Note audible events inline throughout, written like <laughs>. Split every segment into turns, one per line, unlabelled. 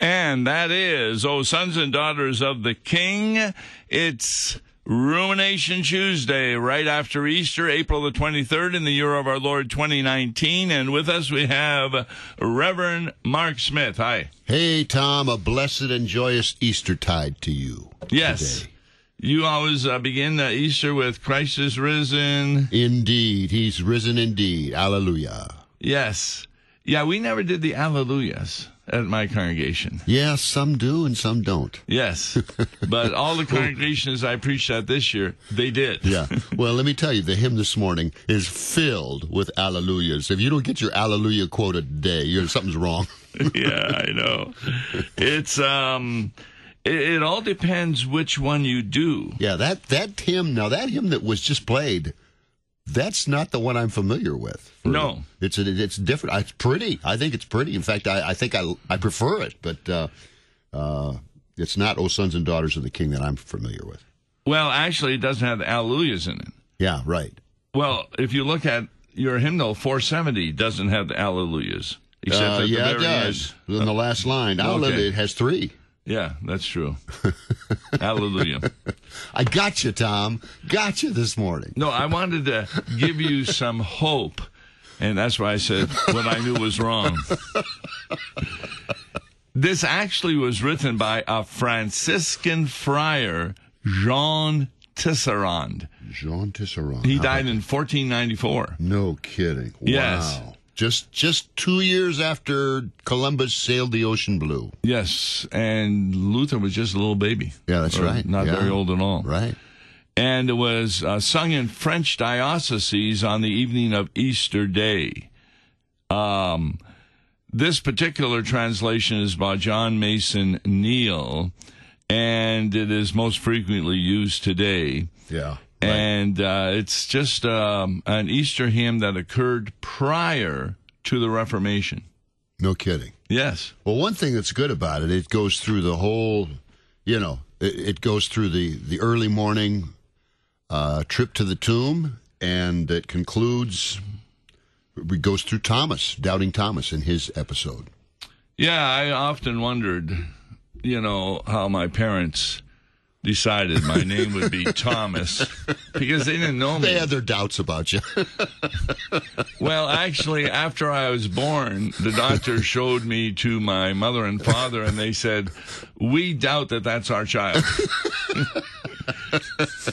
And that is, oh, sons and daughters of the King. It's Rumination Tuesday, right after Easter, April the 23rd, in the year of our Lord 2019. And with us, we have Reverend Mark Smith. Hi.
Hey, Tom, a blessed and joyous Eastertide to you.
Yes.
today.
You always uh, begin uh, Easter with Christ is risen.
Indeed, he's risen indeed. Alleluia.
Yes. Yeah, we never did the Alleluias at my congregation.
Yes, some do and some don't.
Yes. But all the congregations I preached at this year, they did. <laughs>
Yeah. well, let me tell you, the hymn this morning is filled with alleluias. If you don't get your alleluia quota today, you're, something's wrong.
<laughs> yeah, I know. It's um it, it all depends which one you do.
Yeah, that, that hymn, now that hymn that was just played, that's not the one I'm familiar with.
No.
It's it's different. It's pretty. I think it's pretty. In fact, I, I think I I prefer it, but uh, uh, it's not "O Sons and Daughters of the King" that I'm familiar with.
Well, actually it doesn't have the alleluias in it.
Yeah, right.
Well, if you look at your hymnal 470 doesn't have the alleluias except
Uh,
at the
yeah, it
very
does.
end. Oh.
In the last line, I'll
Okay.
let it, it has three.
Yeah, that's
<laughs>
true. Hallelujah.
I got you, Tom. Got you this morning.
No, I wanted to give you some hope, and that's why I said what I knew was wrong. This actually was written by a Franciscan friar, Jean Tisserand.
Jean Tisserand.
He died in 1494.
No kidding.
Yes.
Wow. Just just two years after Columbus sailed the ocean blue.
Yes, and Luther was just a little baby.
Yeah, that's
Or
right.
Not
Yeah.
very old at all.
Right.
and it was uh, sung in French dioceses on the evening of Easter Day. Um, this particular translation is by John Mason Neal, and it is most frequently used today.
Yeah.
And uh, it's just um, an Easter hymn that occurred prior to the Reformation.
No kidding.
Yes.
Well, one thing that's good about it, it goes through the whole, you know, it, it goes through the the early morning uh, trip to the tomb, and it concludes. It goes through Thomas, doubting Thomas, in his episode.
Yeah, I often wondered, you know, how my parents decided my name would
<laughs>
be Thomas because they didn't know
They
me.
had their doubts about you. <laughs>
Well, actually, after I was born, the doctor showed me to my mother and father, and they said, "We doubt that that's our child." <laughs>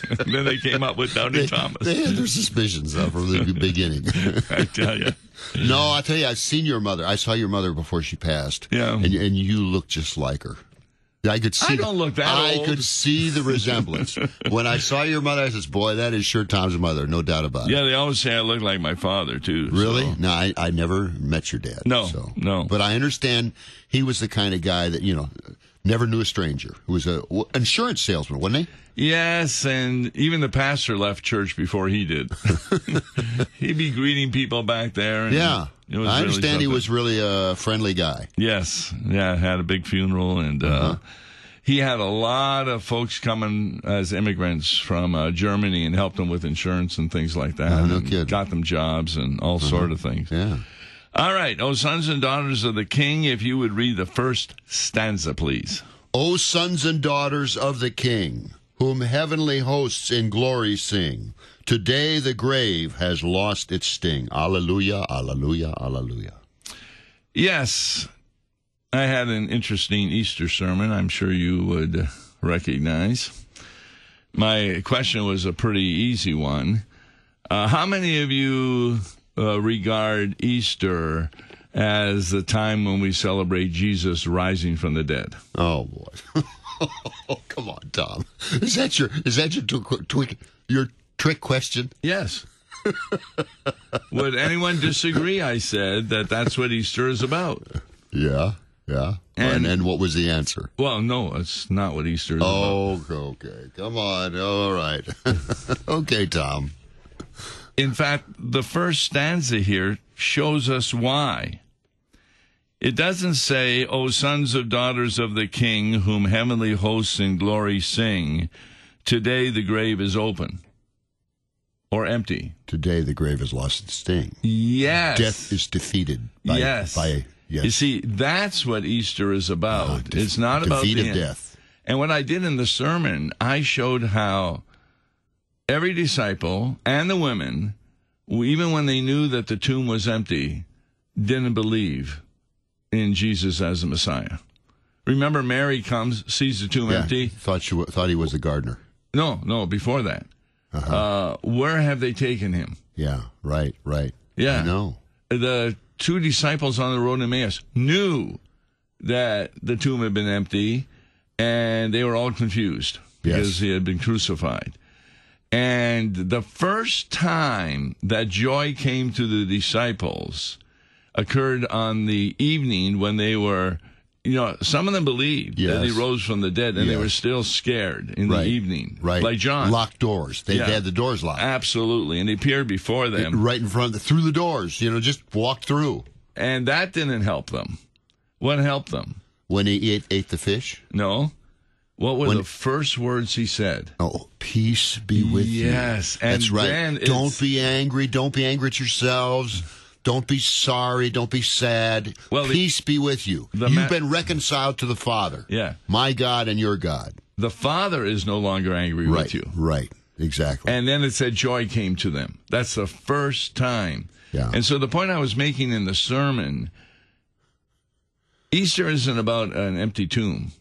And then they came up with Doubting Thomas.
they had their suspicions though, from the beginning. <laughs>
I tell you,
<clears throat> no, I tell you, I've seen your mother. I saw your mother before she passed.
Yeah.
and and you look just like her. I could see.
I don't look that
I
old.
could
<laughs>
see the resemblance when I saw your mother. I says, "Boy, that is sure Tom's mother, no doubt about it."
yeah, they always say I look like my father too. so-
Really? No, I, I never met your dad.
No,
so.
no.
But I understand he was the kind of guy that you know never knew a stranger. Who was a w- insurance salesman, wasn't he?
Yes, and even the pastor left church before he
<laughs>
did. He'd be greeting people back there. And
Yeah.
Mm-hmm. it was
I
really
understand he
something.
was really a friendly guy.
Yes, yeah, had a big funeral, and uh,
Uh-huh.
he had a lot of folks coming as immigrants from uh, Germany and helped them with insurance and things like that.
Uh-huh, no
and
kidding. Uh-huh.
Got them jobs and all sort of things.
Yeah.
All right, oh sons and daughters of the King, if you would read the first stanza, please.
O sons and daughters of the King, whom heavenly hosts in glory sing, today the grave has lost its sting. Alleluia, alleluia, alleluia.
Yes, I had an interesting Easter sermon, I'm sure you would recognize. My question was a pretty easy one. Uh, how many of you uh, regard Easter as the time when we celebrate Jesus rising from the dead?
Oh boy! <laughs> oh, come on, Tom. Is that your is that your tw- tw- your trick question?
Yes. <laughs> would anyone disagree? I said that that's what Easter is about.
Yeah, yeah. And
And-
and, what was the answer?
Well, no, it's not what Easter is about.
Oh, okay. Come on. All right. <laughs> okay, Tom.
In fact, the first stanza here shows us why. It doesn't say, O sons of daughters of the King, whom heavenly hosts in glory sing, today the grave is open or empty.
Today the grave has lost its sting.
Yes.
Death is defeated by
Yes.
by Yes.
You see, that's what Easter is about.
Uh, de-
it's not about
defeat
the
of
end.
death.
And what I did in the sermon, I showed how every disciple and the women, even when they knew that the tomb was empty, didn't believe in Jesus as the Messiah. Remember, Mary comes, sees the tomb
Yeah.
empty.
Thought she wa- thought he was a gardener.
No, no, before that.
Uh-huh.
uh where have they taken him?
Yeah, right, right.
Yeah.
I know.
The two disciples on the road to Emmaus knew that the tomb had been empty and they were all confused
Yes.
because he had been crucified. And the first time that joy came to the disciples occurred on the evening when they were, you know, some of them believed that he
Yes.
rose from the dead and they
Yes.
were still scared in
Right.
the evening.
Right.
Like John.
Locked doors. They,
Yeah.
they had the doors locked.
Absolutely. And he appeared before them.
right in front, through the doors, you know, just walked through.
and that didn't help them. What helped them?
When he ate, ate the fish,
No. What were the first words he said?
oh, peace be with you.
Yes, and
That's right.
then it's-
don't be angry. Don't be angry at yourselves. Don't be sorry. Don't be sad.
Well, the-
peace be with you.
the
You've
ma-
been reconciled to the Father.
Yeah.
My God and your God.
The Father is no longer angry
Right.
with you.
Right. Exactly.
And then it said joy came to them. That's the first time.
Yeah.
And so the point I was making in the sermon Easter isn't about an empty tomb.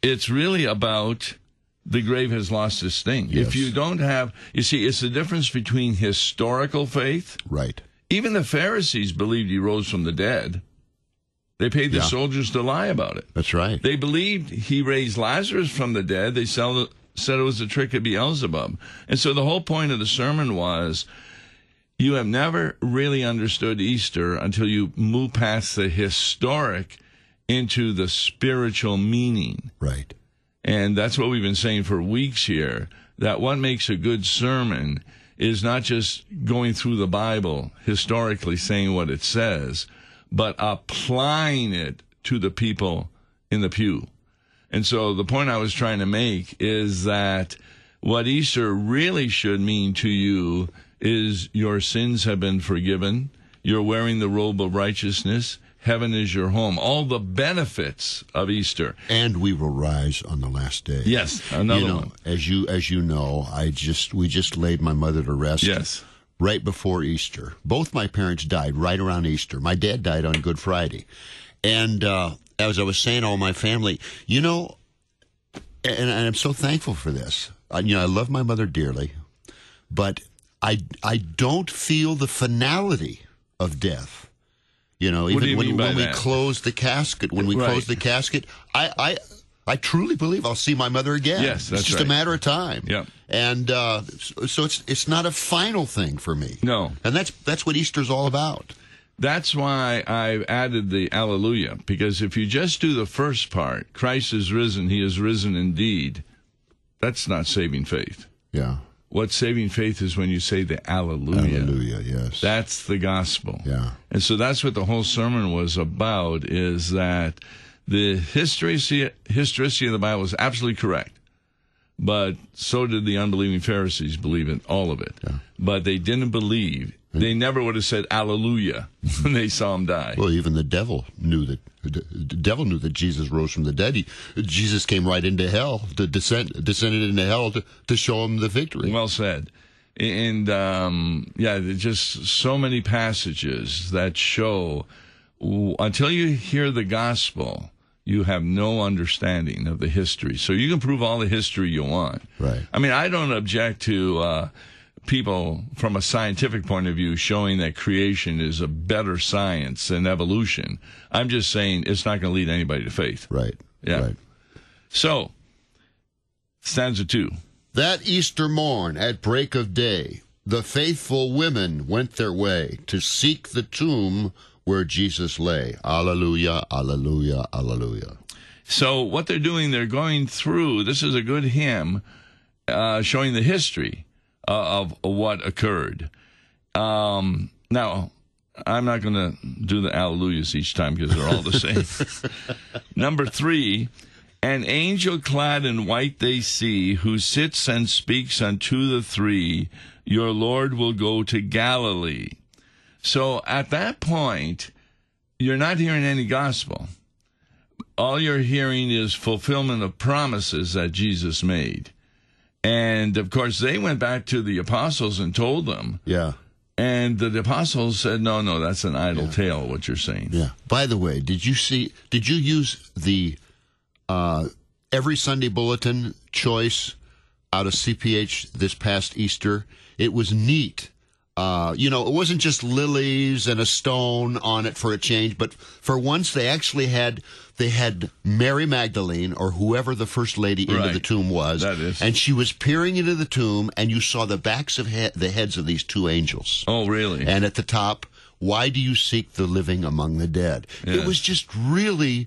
It's really about the grave has lost its sting. If
Yes.
you don't have, you see, it's the difference between historical faith
right.
Even the Pharisees believed he rose from the dead. They paid the
Yeah.
soldiers to lie about it.
That's right.
They believed he raised Lazarus from the dead. They sell, said it was a trick of Beelzebub. And so the whole point of the sermon was you have never really understood Easter until you move past the historic into the spiritual meaning.
right.
And that's what we've been saying for weeks here that what makes a good sermon is not just going through the Bible, historically saying what it says, but applying it to the people in the pew. And so the point I was trying to make is that what Easter really should mean to you is your sins have been forgiven. You're wearing the robe of righteousness. Heaven is your home. All the benefits of Easter.
And we will rise on the last day.
Yes, another
you know,
one.
as you as you know, I just we just laid my mother to rest.
Yes.
right before Easter. Both my parents died right around Easter. My dad died on Good Friday, and uh, as I was saying, to all my family, you know, and, and I'm so thankful for this. I, you know, I love my mother dearly, but I I don't feel the finality of death. You know, even
do you
when,
mean by
when we
that?
close the casket, when we
Right.
close the casket, I, I I truly believe I'll see my mother again.
Yes, that's
it's just
right.
a matter of time.
Yep.
And uh, so so it's it's not a final thing for me.
No.
And that's that's what Easter's all about.
That's why I've added the Alleluia, because if you just do the first part, Christ is risen, he is risen indeed, that's not saving faith.
Yeah.
What saving faith is when you say the Alleluia.
Hallelujah. Yes.
That's the gospel.
Yeah.
And so that's what the whole sermon was about is that the historicity, historicity of the Bible is absolutely correct. But so did the unbelieving Pharisees believe in all of it. But they didn't believe. They never would have said Alleluia <laughs> when they saw him die.
well, even the devil knew that the the devil knew that Jesus rose from the dead. He, Jesus came right into hell, to descend, descended into hell to, to show him the victory.
Well said. And um, yeah, there's just so many passages that show w- until you hear the gospel, you have no understanding of the history. So you can prove all the history you want.
Right.
I mean, I don't object to uh, people from a scientific point of view showing that creation is a better science than evolution. I'm just saying it's not going to lead anybody to faith.
right.
Yeah.
Right.
So, stanza two.
That Easter morn at break of day, the faithful women went their way to seek the tomb where Jesus lay. Alleluia, alleluia, alleluia.
So what they're doing, they're going through. This is a good hymn uh, showing the history uh, of what occurred. Um, now, I'm not going to do the alleluias each time because they're all the same. Number three, an angel clad in white they see, who sits and speaks unto the three, Your Lord will go to Galilee. So at that point, you're not hearing any gospel. All you're hearing is fulfillment of promises that Jesus made. And of course, they went back to the apostles and told them.
Yeah.
And the apostles said, no, no, that's an idle tale, what you're saying.
Yeah. By the way, did you see? Did you use the uh, every Sunday bulletin choice out of CPH this past Easter? It was neat. Uh, you know, it wasn't just lilies and a stone on it for a change, but for once they actually had they had Mary Magdalene or whoever the first lady into
Right.
the tomb was,
That is.
and she was peering into the tomb, and you saw the backs of he- the heads of these two angels.
Oh, really?
And at the top, why do you seek the living among the dead? It
Yes.
was just really,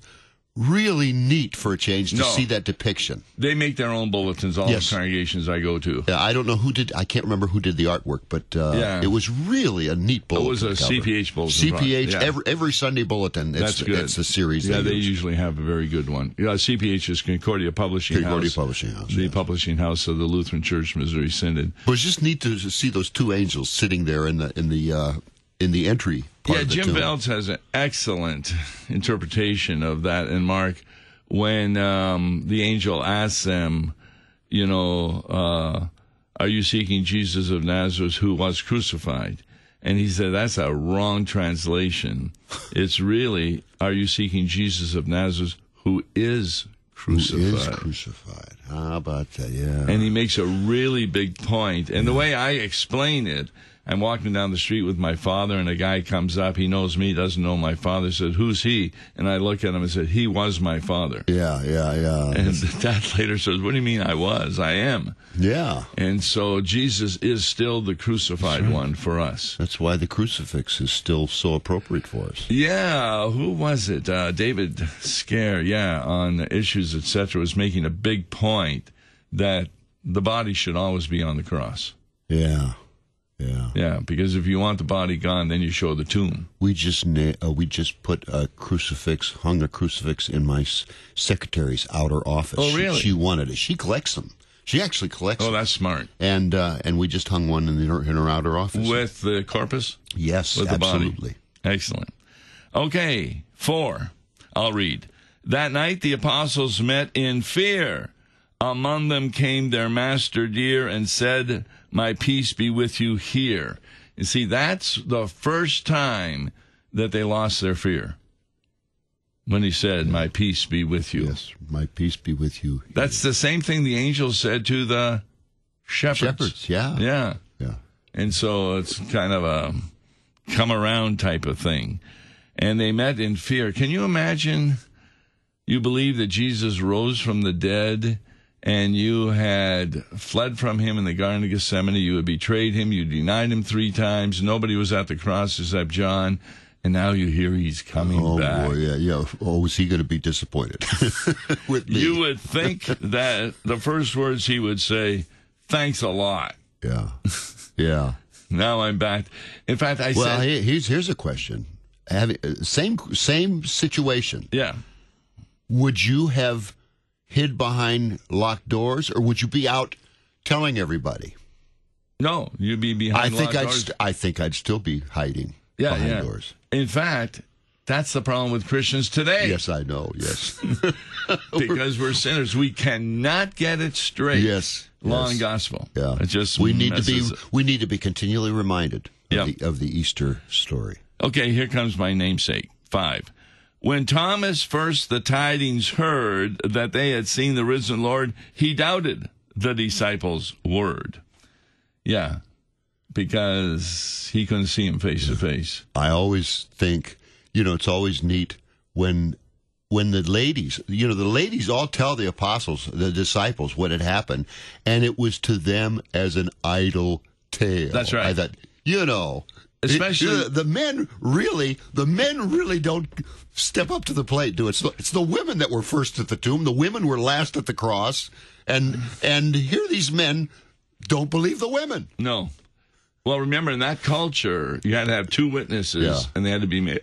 really neat for a change to
No.
see that depiction.
they make their own bulletins, all
Yes.
the congregations I go to.
Yeah, I don't know who did. I can't remember who did the artwork, but uh,
Yeah.
it was really a neat bulletin.
was a
cover.
CPH bulletin, right,
CPH
yeah.
every every Sunday bulletin. It's,
That's good.
It's the series.
Yeah,
they
they
use.
usually have a very good one. Yeah, CPH is Concordia Publishing
Concordia
House.
Publishing House,
The
yes.
publishing house of the Lutheran Church Missouri Synod.
It was just neat to see those two angels sitting there in the in the uh, in the entry. Part
yeah,
of the
Jim
tomb.
Belts has an excellent interpretation of that. And Mark, when um, the angel asks them, you know, uh, are you seeking Jesus of Nazareth who was crucified? And he said, that's a wrong translation. It's really, are you seeking Jesus of Nazareth who is
Who is
crucified?
crucified? How about that? Yeah.
and he makes a really big point. And the way I explain it, I'm walking down the street with my father, and a guy comes up. He knows me, doesn't know my father. Said, "Who's he?" And I look at him and said, "He was my father."
yeah, yeah, yeah,
And <laughs> the dad later says, "What do you mean I was? I am."
yeah.
And so Jesus is still the crucified one for us.
That's why the crucifix is still so appropriate for us.
Yeah, who was it? Uh, David Scare, yeah, on issues etc. was making a big point that the body should always be on the cross.
Yeah, yeah.
Yeah, because if you want the body gone, then you show the tomb.
We just na- uh, we just put a crucifix, hung a crucifix in my s- secretary's outer office.
Oh,
She-
really?
She, wanted it. She collects them. She actually collects
Oh,
them.
that's smart.
And uh, and we just hung one in, the, in her outer office.
With the corpus?
yes,
With the body.
absolutely.
Excellent. Okay, four. I'll read. That night the apostles met in fear. Among them came their master dear and said, My peace be with you here. You see, that's the first time that they lost their fear. When he said, My peace be with you.
Yes, my peace be with you.
That's the same thing the angel said to the
Shepherds, yeah,
Yeah.
yeah.
And so it's kind of a come around type of thing. And they met in fear. Can you imagine you believe that Jesus rose from the dead and you had fled from him in the Garden of Gethsemane? You had betrayed him. You denied him three times. Nobody was at the cross except John. And now you hear he's coming
Oh
back.
boy, yeah, yeah. Oh, is he going to be disappointed <laughs> with me?
You would think that the first words he would say, thanks a lot.
yeah, yeah.
Now I'm back. In fact, I
Well,
said,
he- here's here's a question. Having, uh, same same situation.
yeah.
Would you have hid behind locked doors, or would you be out telling everybody?
No, you'd be behind.
I think
locked
I'd
doors.
st- I think I'd still be hiding
yeah,
behind
yeah.
doors.
In fact, that's the problem with Christians today.
Yes, <laughs> I know. Yes,
because we're sinners, we cannot get it straight.
yes.
law
yes.
and gospel.
Yeah,
<laughs> it just
we need to be
messes-
we need to be continually reminded
Yeah.
of, the, of the Easter story.
Okay, here comes my namesake. Five. When Thomas first the tidings heard that they had seen the risen Lord, he doubted the disciples' word. Yeah, because he couldn't see him face to face.
I always think, you know, it's always neat when when the ladies, you know, the ladies all tell the apostles, the disciples, what had happened, and it was to them as an idle tale.
That's right.
I thought, you know, it-
Especially-
the, the men really, the men really don't step up to the plate. Do it. It's the, it's the women that were first at the tomb. The women were last at the cross, and and here these men don't believe the women.
No. Well, remember in that culture, you had to have two witnesses,
Yeah.
and they had to be made.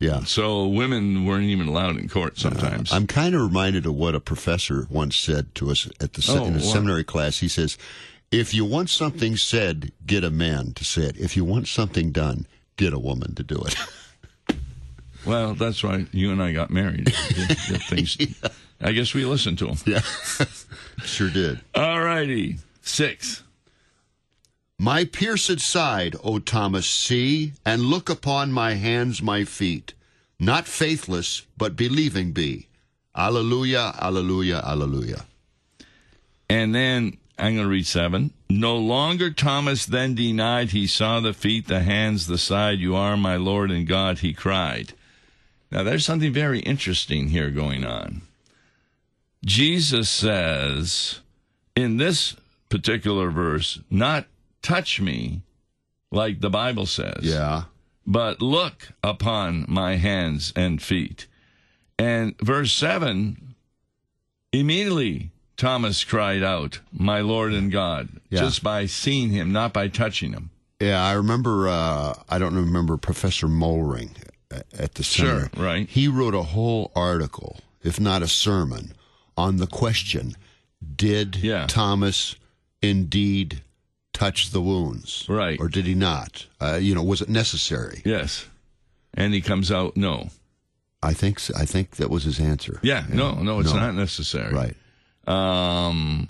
Yeah.
So women weren't even allowed in court sometimes.
I'm kind of reminded of what a professor once said to us at the se-
Oh,
in a
wow.
seminary class. He says, "If you want something said, get a man to say it. If you want something done, get a woman to do it."
Well, that's why you and I got
<laughs>
married. The- the things- I guess we listened to them.
Yeah, sure did.
All righty. Six.
My pierced side, O Thomas, see, and look upon my hands, my feet. Not faithless, but believing be. Alleluia, alleluia, alleluia.
And then I'm going to read seven. No longer Thomas then denied he saw the feet, the hands, the side. You are my Lord and God, he cried. Now there's something very interesting here going on. Jesus says in this particular verse, not touch me like the Bible says.
Yeah.
but look upon my hands and feet. And verse 7 immediately Thomas cried out, My Lord and God,
Yeah.
just by seeing him, not by touching him.
Yeah, I remember, uh, I don't remember Professor Mollering a- at the
Sure,
center.
right.
He wrote a whole article, if not a sermon, on the question Did
Yeah.
Thomas indeed touch the wounds?
Right.
Or did he not? Uh, you know, was it necessary?
Yes. And he comes out, No.
I think so. I think that was his answer.
Yeah, no, no, it's
No.
not necessary.
Right.
Um,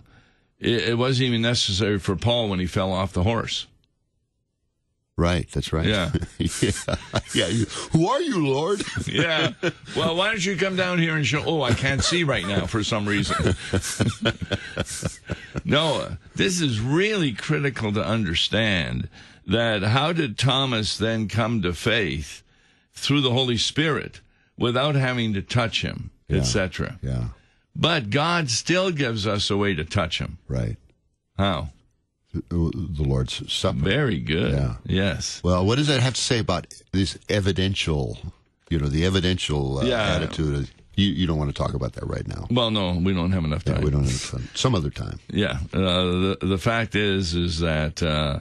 it, it wasn't even necessary for Paul when he fell off the horse.
Right. That's right.
Yeah.
<laughs> yeah. Yeah, you- Who are you, Lord? <laughs>
Yeah. Well, why don't you come down here and show? Oh, I can't see right now for some reason. <laughs> Noah, this is really critical to understand that how did Thomas then come to faith through the Holy Spirit without having to touch him, etc.
yeah.
But God still gives us a way to touch him.
Right.
How?
The the Lord's Supper.
Very good.
Yeah.
Yes.
Well, what does that have to say about this evidential, you know, the evidential uh,
Yeah.
attitude? Of, you, you don't want to talk about that right now.
Well, no, we don't have enough time.
Yeah, we don't have some, some other time.
Yeah. Uh, the, the fact is, is that uh,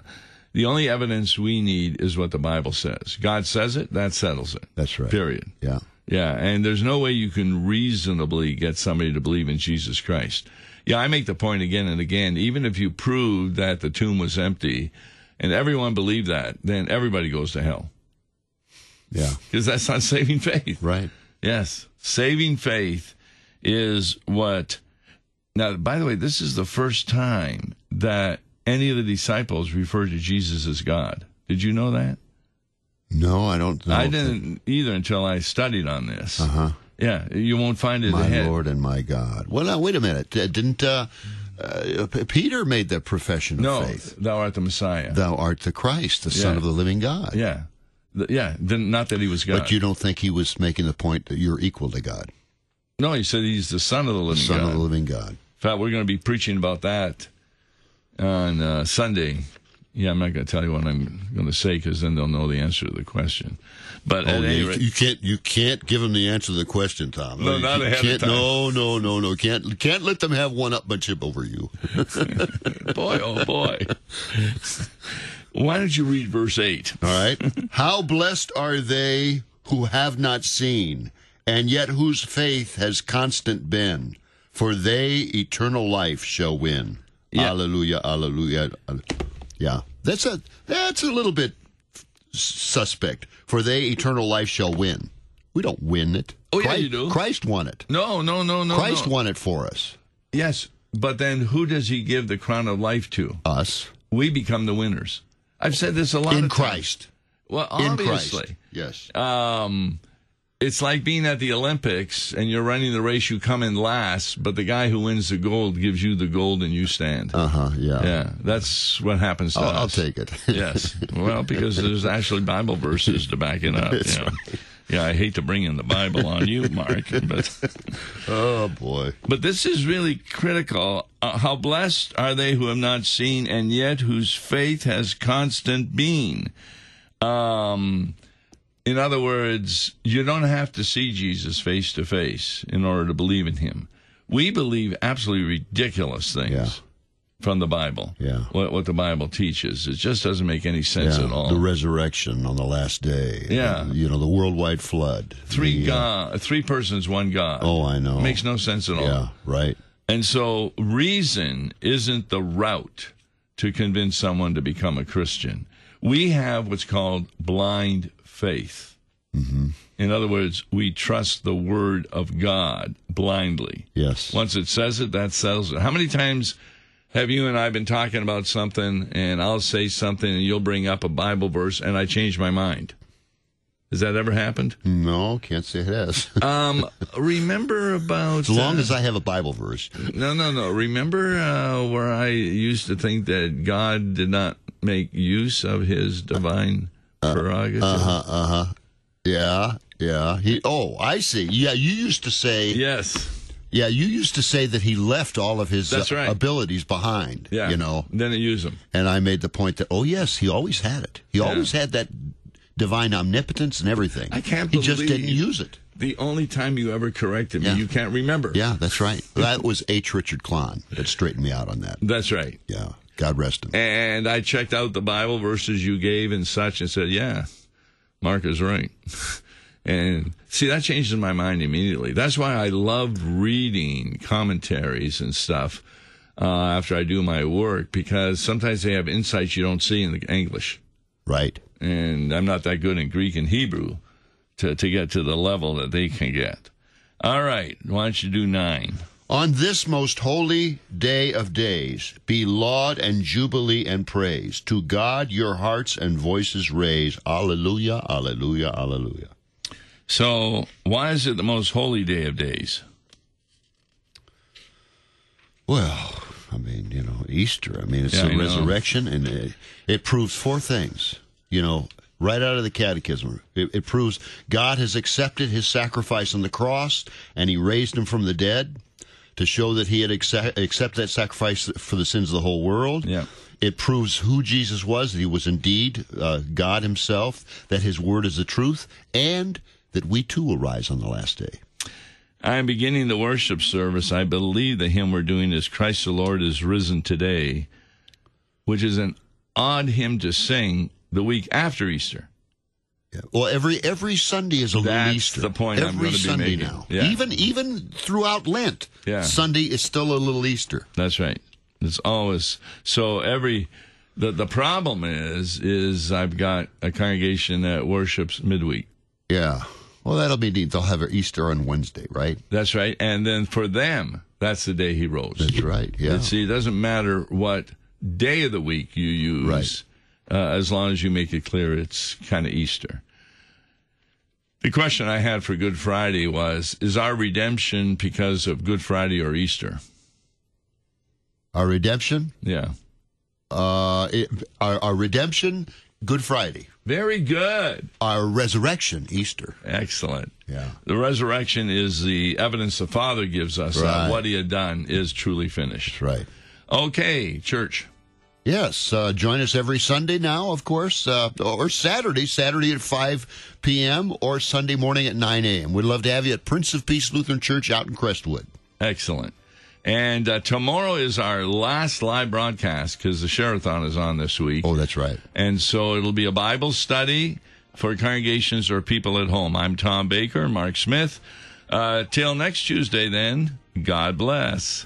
the only evidence we need is what the Bible says. God says it, that settles it.
That's right.
Period.
Yeah.
Yeah. And there's no way you can reasonably get somebody to believe in Jesus Christ. Yeah, I make the point again and again. Even if you prove that the tomb was empty and everyone believed that, then everybody goes to hell
Yeah.
because that's not <laughs> saving faith.
Right.
Yes. Saving faith is what. Now, by the way, this is the first time that any of the disciples refer to Jesus as God. Did you know that?
No, I don't. know
I
if that-
didn't either until I studied on this.
Uh-huh.
Yeah, you won't find it
My
ahead.
Lord and my God. Well, now, wait a minute. Uh, Didn't uh, uh, P- Peter made that profession of
No,
faith?
thou art the Messiah.
Thou art the Christ, the Son
Yeah.
of the living God.
yeah, Th- yeah. Then not that he was God.
But you don't think he was making the point that you're equal to God,
no, he said he's the Son of the Living
Son
God.
of the living God.
In fact, we're going to be preaching about that on uh, Sunday. Yeah, I'm not going to tell you what I'm going to say because then they'll know the answer to the question. But at
Oh, yeah,
any
you,
rate,
you can't you can't give them the answer to the question, Tom.
No,
You
not ahead of
can't-
time.
No, no, no, no. Can't can't let them have one upmanship over you.
boy, oh
<laughs>
boy. Why don't you read verse 8? <laughs>
All right. How blessed are they who have not seen, and yet whose faith has constant been, for they eternal life shall win.
Yeah.
Alleluia, alleluia. alle- Yeah, that's a that's a little bit s- suspect. For they eternal life shall win. We don't win it.
Oh, yeah,
Christ,
you do.
Christ won it.
No, no, no, no.
Christ
Oh, no.
won it for us.
Yes, but then who does he give the crown of life to?
Us
We become the winners. I've said this a lot
in
of times.
Christ.
Well,
In
obviously.
Christ. Yes.
um, it's like being at the Olympics and you're running the race, you come in last, but the guy who wins the gold gives you the gold and you stand.
Uh huh. Yeah.
yeah, that's what happens to
I'll,
us.
I'll take it.
<laughs> Yes. Well, because there's actually Bible verses to back it
<laughs>
up. yeah. yeah, I hate to bring in the Bible on you, Mark, but
<laughs> oh boy.
but this is really critical. Uh, how blessed are they who have not seen and yet whose faith has constant being. Um, in other words, you don't have to see Jesus face to face in order to believe in him. We believe absolutely ridiculous things
Yeah.
from the Bible.
Yeah.
What, what the Bible teaches. It just doesn't make any sense
Yeah,
at all.
The resurrection on the last day.
Yeah.
Uh, you know, the worldwide flood.
three
The, uh,
God, three persons, one God.
oh, I know.
Makes no sense at all.
yeah, right.
And so reason isn't the route to convince someone to become a Christian. We have what's called blind faith.
Mm-hmm.
In other words, we trust the word of God blindly.
Yes.
Once it says it, that sells it. How many times have you and I been talking about something and I'll say something and you'll bring up a Bible verse and I change my mind? Has that ever
<laughs>
happened?
No, can't say
<laughs>
it has.
Um, remember about uh,
as long as I have a Bible verse.
no, no, no. Remember uh, where I used to think that God did not make use of His divine
Uh,
prerogative.
uh-huh. Yeah, yeah. He, oh, I see. Yeah, you used to say.
Yes,
Yeah, you used to say that he left all of his uh,
That's right.
abilities behind.
yeah.
You know,
then it used them.
and I made the point that oh yes, he always had it. He always had that divine omnipotence and everything.
I can't
He just didn't
believe-
use it.
The only time you ever corrected me,
Yeah.
you can't remember.
Yeah,
<laughs>
that's right. That was H. Richard Klein that straightened me out on that.
that's right.
Yeah, God rest him.
And I checked out the Bible verses you gave and such, and said, "Yeah, Mark is right." <laughs> and see, that changes my mind immediately. That's why I love reading commentaries and stuff uh, after I do my work because sometimes they have insights you don't see in the English,
Right.
and I'm not that good in Greek and Hebrew to to get to the level that they can get. All right, why don't you do nine?
On this most holy day of days, be laud and jubilee and praise. To God your hearts and voices raise. Alleluia, alleluia, alleluia.
So, why is it the most holy day of days?
Well, I mean, you know, Easter. I mean, it's
Yeah, I
the
know.
resurrection, and it, it proves four things. You know, right out of the Catechism, it, it proves God has accepted His sacrifice on the cross, and He raised Him from the dead to show that He had accept, accepted that sacrifice for the sins of the whole world.
Yeah.
It proves who Jesus was, that he was indeed uh, God himself, that his word is the truth, and that we too will rise on the last day.
I am beginning the worship service. I believe the hymn we're doing is Christ the Lord is risen today, which is an odd hymn to sing the week after Easter.
Yeah. Well, every every Sunday is a little
That's
Easter.
the point I'm
every
gonna be
Sunday
making.
now,
Yeah.
even even throughout Lent,
Yeah.
Sunday is still a little Easter.
That's right. It's always so every the the problem is is I've got a congregation that worships midweek.
Yeah. Well, that'll be neat. They'll have an Easter on Wednesday, right?
That's right. And then for them, that's the day he rose.
That's right. Yeah.
And see, it doesn't matter what day of the week you use,
Right.
uh, as long as you make it clear it's kind of Easter. The question I had for Good Friday was Is our redemption because of Good Friday or Easter?
our redemption.
Yeah.
Uh, it, our, our redemption. Good Friday.
Very good.
Our resurrection. Easter.
Excellent.
Yeah.
The resurrection is the evidence the Father gives us
Right.
that what he had done is truly finished.
That's right.
Okay, church.
Yes, uh, join us every Sunday now, of course, uh, or Saturday, Saturday at 5 p.m. or Sunday morning at 9 a.m. We'd love to have you at Prince of Peace Lutheran Church out in Crestwood.
Excellent. And uh, tomorrow is our last live broadcast because the Sherathon is on this week.
Oh, that's right.
And so it'll be a Bible study for congregations or people at home. I'm Tom Baker, Mark Smith. Uh, till next Tuesday, then, God bless.